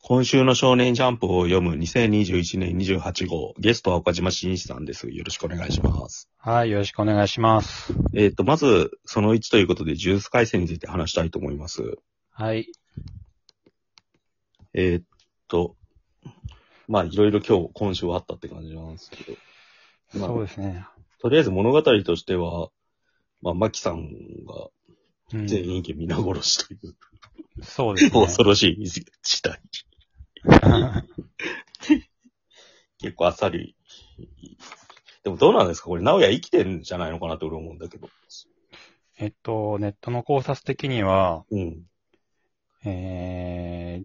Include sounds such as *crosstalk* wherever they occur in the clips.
今週の少年ジャンプを読む2021年28号、ゲストは岡島真一さんです。よろしくお願いします。はい、よろしくお願いします。えっ、と、まず、その1ということで、ジュース回戦について話したいと思います。はい。えっ、と、まあ、いろいろ今日、今週はあったって感じなんですけど、まあそうですね。とりあえず物語としては、まあ、マキさんがうん、全員家皆殺しという、そうですね。恐ろしい事態。結構あっさり。でもどうなんですかこれ、直哉生きてんじゃないのかなって俺思うんだけど。 *laughs* えっと、ネットの考察的には、うん。えー、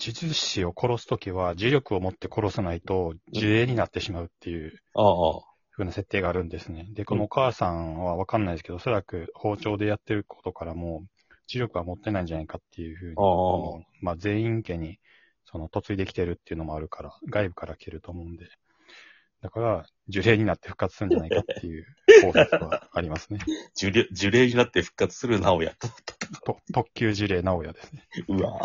呪術師を殺すときは呪力を持って殺さないと呪霊になってしまうっていうああ、風な設定があるんですね。で、こうんのお母さんはわかんないですけど、おそらく包丁でやってることからも、呪力は持ってないんじゃないかっていうふうに、あああのまあ全員家に、その、嫁いできてるっていうのもあるから、外部から来てると思うんで。だから、呪霊になって復活するんじゃないかっていう考察はありますね。 *laughs* 呪霊呪霊になって復活する直哉と。と特急呪霊直哉ですね。うわ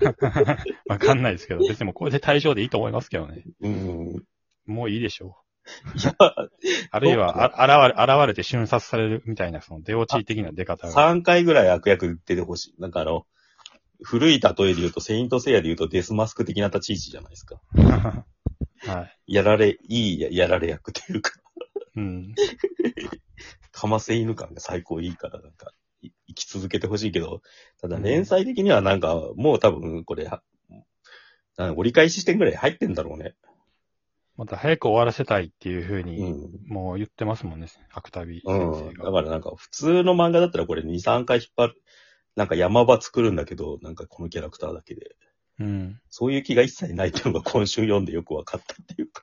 ぁわかんないですけど、別にもうこれで対象でいいと思いますけどね。うん。もういいでしょいや、う。あるいは、あ現れ、現れて瞬殺されるみたいな、その出落ち的な出方が。 3回ぐらい悪役言っててほしい。なんかあの、古い例えで言うと、セイントセイヤで言うとデスマスク的な立ち位置じゃないですか。はい。やられ、いいややられ役というか、 *laughs* うん。かませ犬感が最高いいから、なんか、い生き続けてほしいけど、ただ連載的にはなんか、もう多分これ、はなんか折り返し視点ぐらい入ってんだろうね。また早く終わらせたいっていうふううに、ん。もう言ってますもんね、芥ビう先ん。生だが。からなんか、普通の漫画だったらこれ2、3回引っ張る、なんか山場作るんだけど、なんかこのキャラクターだけで。うん。そういう気が一切ないっていうのが *laughs* 今週読んでよく分かったっていうか、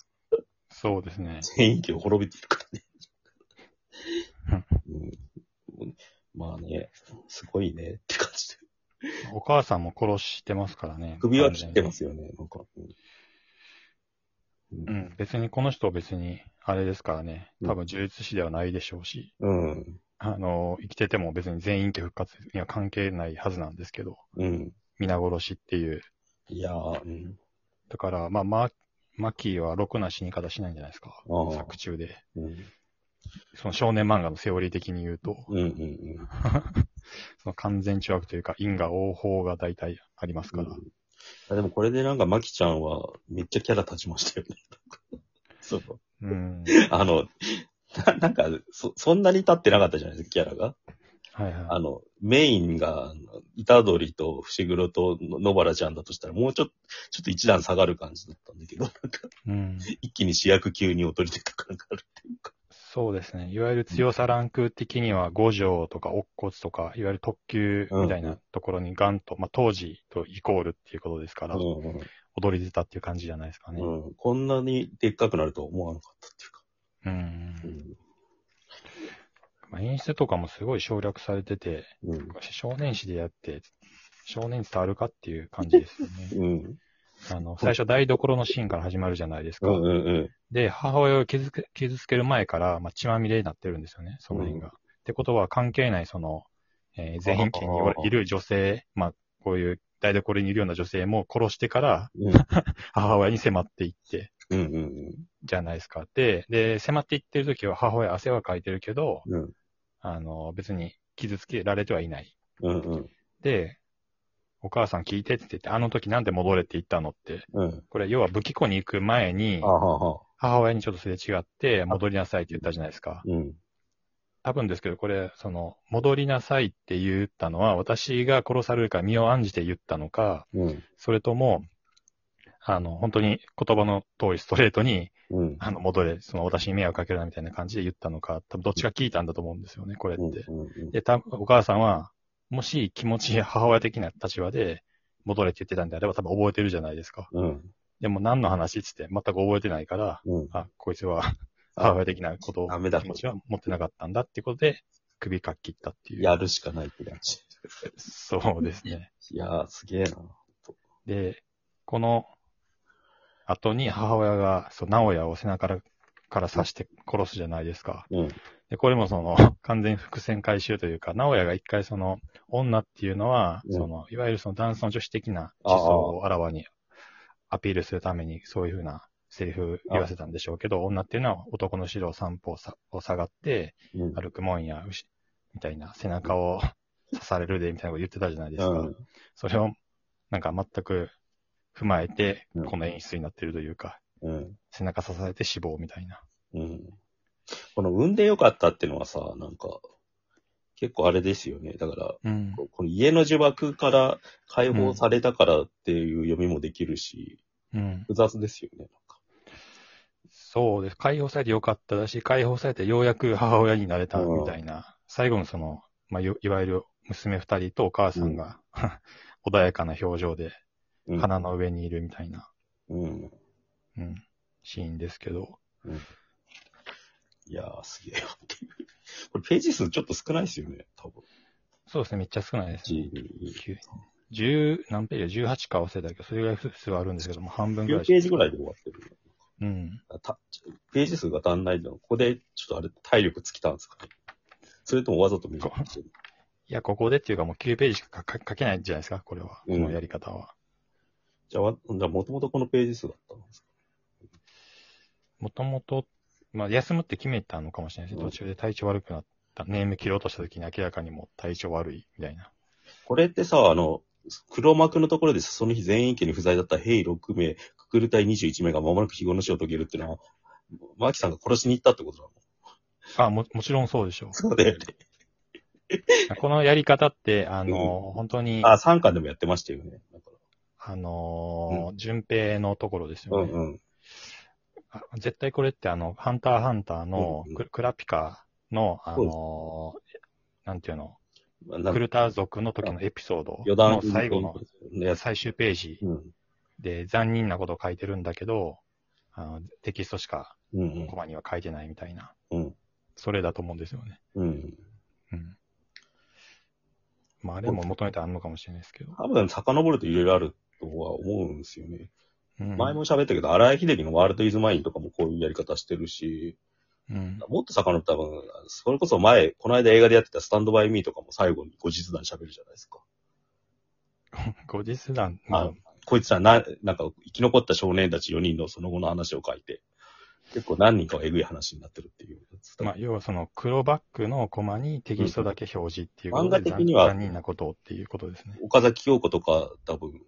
そうですね。全員気を滅びてるから *laughs* ね。うん、まあね、すごいねって感じで。お母さんも殺してますからね。。首は切ってますすよね、なんか。う。うんん。別にこの人は別に、あれですからね。多分呪術師ではないでしょうし、うん。あの、生きてても別に全員家復活には関係ないはずなんですけど、うん。皆殺しっていう。いやー、うん。だから、まあ、ママキーはろくな死に方しないんじゃないですか。ああ作中で。うん。その少年漫画のセオリー的に言うと。うんうんうん。その完全中悪というか、因果応報が大体ありますから。あでもこれでなんか、まきちゃんは、めっちゃキャラ立ちましたよね。そう。うん。あの、ななんかそ、そんなに立ってなかったじゃないですか、キャラが。はいはあい。の、メインが、あの虎取と伏黒との野原ちゃんだとしたら、もうちょっと、ちょっと一段下がる感じだったんだけど、なんか、うん。一気に主役級に劣り出た感があるっていうか。そうですね。いわゆる強さランク的には、五条とか乙骨とか、いわゆる特級みたいなところにガンと、まあ当時とイコールっていうことですから、う踊り出たっていう感じじゃないですかね。ん、うん。こんなにでっかくなるとは思わなかったっていうか。うん。まあ、演出とかもすごい省略されてて、うん。うん。少年誌でやって、少年伝わるかっていう感じですよね *laughs* うん。あの、最初台所のシーンから始まるじゃないですうか。んうんうん。で、母親を傷つけ傷つける前から、まあ、血まみれになってるんですよね、その辺が。ってことは、関係ない、その、えー、全員家におらあーいる女性、まあ、こういう台所にいるような女性も殺してから、うん母親に迫っていって、うんうんじゃないですか。で、で、迫っていってる時は母親汗はかいてるけど、うん。うんあの、別に傷つけられてはいない。うんうん。で、お母さん聞いてって言って、あの時なんで戻れって言ったのって、うん。これ、要は武器庫に行く前にあ、はは。母親にちょっとすれ違って、戻りなさいって言ったじゃないですか。うん。多分ですけど、これ、その、戻りなさいって言ったのは、私が殺されるから身を案じて言ったのか、うん。それとも、あの、本当に言葉の通りストレートに、うん。あの、戻れ、その、私に迷惑かけるなみたいな感じで言ったのか、多分どっちか聞いたんだと思うんですよね、これうんって。うんうんで、たお母さんは、もし気持ち、母親的な立場で、戻れって言ってたんであれば多分覚えてるじゃないですか。うん。でも何の話っつって全く覚えてないから、うん。あ、こいつは母親的なことを、ダメだ気持ちは持ってなかったんだってことで、首かっきったっていう。やるしかないって感じ。そうですね。いやー、すげえな。で、この後に母親が、そう、直哉を背中から、から刺して殺すじゃないですか。うん。で、これもその、完全に伏線回収というか、直哉が一回その、女っていうのは、うんその、いわゆるその男子の女子的な思想をあらわにアピールするために、そういうふうなセリフ言わせたんでしょうけど、女っていうのは男の白を三歩さを下がって、うん。歩くもんや、牛みたいな、背中を刺されるで、みたいなこと言ってたじゃないですか。うんそれを、なんか全く踏まえてうん、この演出になってるというか、うん。背中刺されて死亡みたいな。うん。この産んでよかったってのはさ、なんか、結構あれですよね。だから、うん。この家の呪縛から解放されたからっていう読みもできるし、うん。複雑ですよね。そうです。解放されてよかっただし、解放されてようやく母親になれたみたいな。最後のその、まあ、よいわゆる娘二人とお母さんが、 *laughs* 穏やかな表情でうん。花の上にいるみたいな、うん。うん、シーンですけど。いやー、すげえよっていう。これページ数ちょっと少ないですよね、多分。そうですね、めっちゃ少ないですね。 9 9 10何ページ ?18 か忘れたけど、それぐらい数はあるんですけども、半分ぐらいしか。ページぐらいで終わってる。うん。たページ数が足んないの。ここで、ちょっとあれ、体力尽きたんですかね。それともわざと見してる。いや、ここでっていうかもう9ページしか書書けないんじゃないですか、これは。うんこのやり方は。じゃあ、わじゃあ、もともとこのページ数だったんですかもともと、まあ、休むって決めたのかもしれないですうん途中で体調悪くなった。ネーム切ろうとした時に明らかにもう体調悪い、みたいな。これってさ、あの、黒幕のところでその日全員家に不在だった兵6名、ククル隊21名が間もなく非業の死を遂げるっていうのは、マーキさんが殺しに行ったってことなのあ、も、もちろんそうでしょそうだよね。 *laughs* う。このやり方って、あの、本当に、あ、3巻でもやってましたよね。だかあのー、順平のところですらうよんね。うん。あ絶対これってあの、ハンターハンターのうんうんククラピカの、あそうでのー、なんていうの、まあ、なクんかルター族の時のエピソード余談の最後の、やつ。最終ページうん。で残忍なことを書いてるんだけど、あのテキストしかうんコマには書いてないみたいな、うん。それだと思うんですよね。うん。うん。うん。まあ、あれも求めてあるのかもしれないですけど。多分、遡るといろいろあるとは思うんですよね。うん、前も喋ったけど、荒井秀樹のワールドイズマインとかもこういうやり方してるし、うん。もっと遡ったら多分、それこそ前、この間映画でやってたスタンドバイミーとかも最後に後日談喋るじゃないですか。後日談、あのこいつらな、なんか生き残った少年たち4人のその後の話を書いて、結構何人かはえぐい話になってるっていう。まあ、要はその黒バックのコマにテキストだけ表示っていうことで、漫画的には残残忍なことをっていうことですね。岡崎京子とか多分、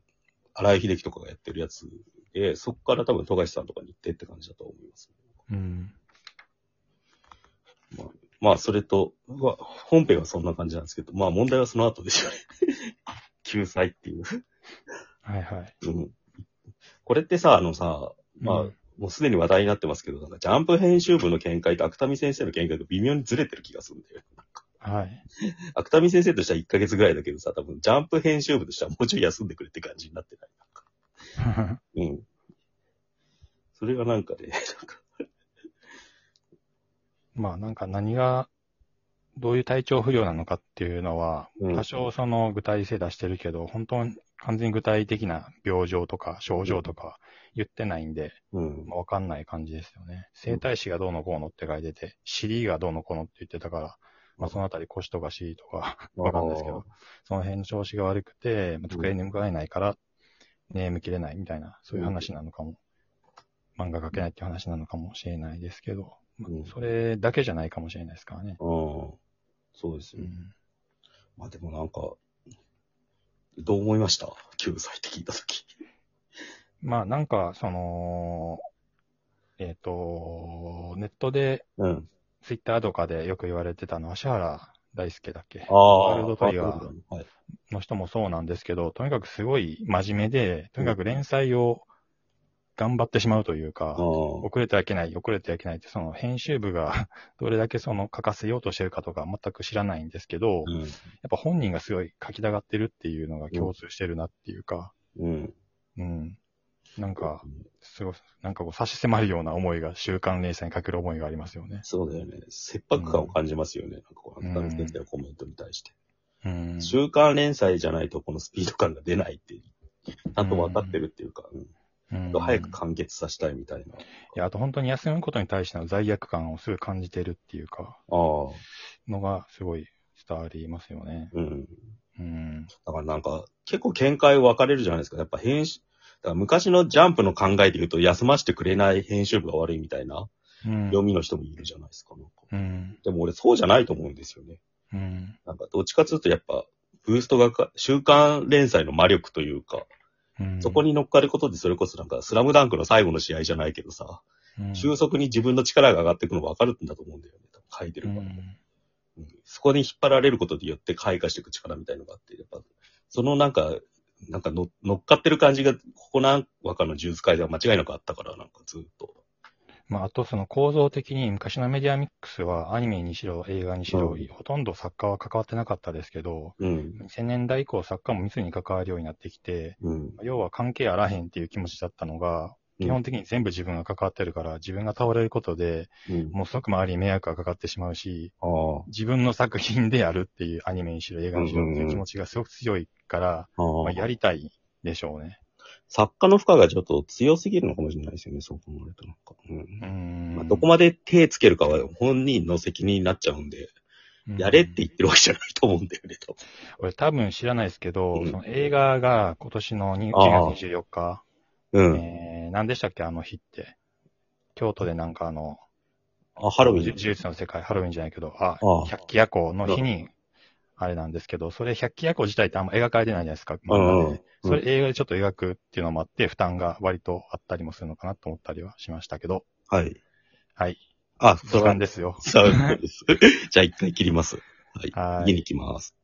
荒井秀樹とかがやってるやつで、そこから多分富樫さんとかに行ってって感じだと思います。うん。まあ、それと、まあ本編はそんな感じなんですけど、まあ問題はその後でしょうね。 *laughs* 救済っていう。はいはい。うん。これってさ、あのさ、まあ、うんもうすでに話題になってますけど、なんかジャンプ編集部の見解と芥見先生の見解が微妙にずれてる気がするんだよね。 *laughs* はい。 *laughs* 芥見先生としては1ヶ月ぐらいだけどさ、多分ジャンプ編集部としてはもうちょい休んでくれって感じになってない。うん。それがなんかね、なんか、まあなんか何が、どういう体調不良なのかっていうのは、うん多少その具体性出してるけど、本当に完全に具体的な病状とか症状とか言ってないんで、 *laughs* うん。まあわかんない感じですよね。生体師がどうのこうのって書いてて、尻がどうのこうのって言ってたから、まあそのあたり腰とか尻とかわかんないですけど、その辺の調子が悪くて、まあ机に向かえないから、ネーム切れないみたいな、そういう話なのかも。漫画描けないっていう話なのかもしれないですけど、まあうんそれだけじゃないかもしれないですからね。うん。そうですうよね。んまあでもなんか、どう思いました救済って聞いたとき。まあなんか、その、えっ、と、ネットで、うん。ツイッターとかでよく言われてたのは、芦原大輔だっけああ。ワールドトリガーワルドトリガーはい。の人もそうなんですけど、とにかくすごい真面目で、とにかく連載を頑張ってしまうというか、あ遅れてはいけない、遅れてはいけないって、その編集部が *laughs* どれだけその書かせようとしてるかとか全く知らないんですけど、あ。やっぱ本人がすごい書きたがってるっていうのが共通してるなっていうか、うん。うん。うん。なんか、すごい、なんかこう差し迫るような思いが、週刊連載にかける思いがありますよね。そうだよね。切迫感を感じますよね。なんかこう、芥見先生のコメントに対して。うん。週刊連載じゃないとこのスピード感が出ないって、ちゃんと分かってるっていうか、うんうん早く完結させたいみたいな。いや、あと本当に休むことに対しての罪悪感をすごい感じてるっていうか、ああ、のがすごい伝わりますよね。うん。ううん。だからなんか、結構見解分かれるじゃないですか。やっぱ編集、だから昔のジャンプの考えで言うと、休ませてくれない編集部が悪いみたいなうん。読みの人もいるじゃないですか。なんかうん。でも俺そうじゃないと思うんですよね。うん。なんかどっちかというとやっぱ、ブーストがか、週刊連載の魔力というか、うんそこ、に乗っかることでそれこそなんか、スラムダンクの最後の試合じゃないけどさ、うん収束に自分の力が上がっていくの分かるんだと思うんだよね。多分書いてうるから。ん。うんそこに引っ張られることによって開花していく力みたいのがあって、やっぱ、そのなんか、なんかの乗っかってる感じが、ここ何話かのジュース会では間違いなくあったから、なんかずっと。まあ、あとその構造的に昔のメディアミックスはアニメにしろ映画にしろ、うんほとんど作家は関わってなかったですけど、うん。 2000年代以降作家も密に関わるようになってきて、うん。要は関係あらへんっていう気持ちだったのが、うん基本的に全部自分が関わってるから、自分が倒れることで、うん。もうすごく周りに迷惑がかかってしまうし、ああ。自分の作品であるっていうアニメにしろ映画にしろっていう気持ちがすごく強いから、あまああ、やりたいでしょうね。作家の負荷がちょっと強すぎるのかもしれないですよね、そう考えるとなんか。ううんん。まあ、どこまで手つけるかは本人の責任になっちゃうんで、やれって言ってるわけじゃないと思うんだよね、多分。俺多分知らないですけど、うんその映画が今年の 2, ああ月24日、うん。えー、何でしたっけあの日って。京都でなんかあの、あ、ハロウィ呪ン。術の世界、ハロウィンじゃないけど、あ、ああ百鬼夜行の日に、あれなんですけど、それ百鬼夜行自体ってあんま描かれてないじゃないですか。う漫んう画でん。それ映画でちょっと描くっていうのもあって、負担が割とあったりもするのかなと思ったりはしましたけど、はい。はい。あ、時そう間ですよ。 *laughs* そうです。じゃあ一回切ります。はい。はい家に来ます。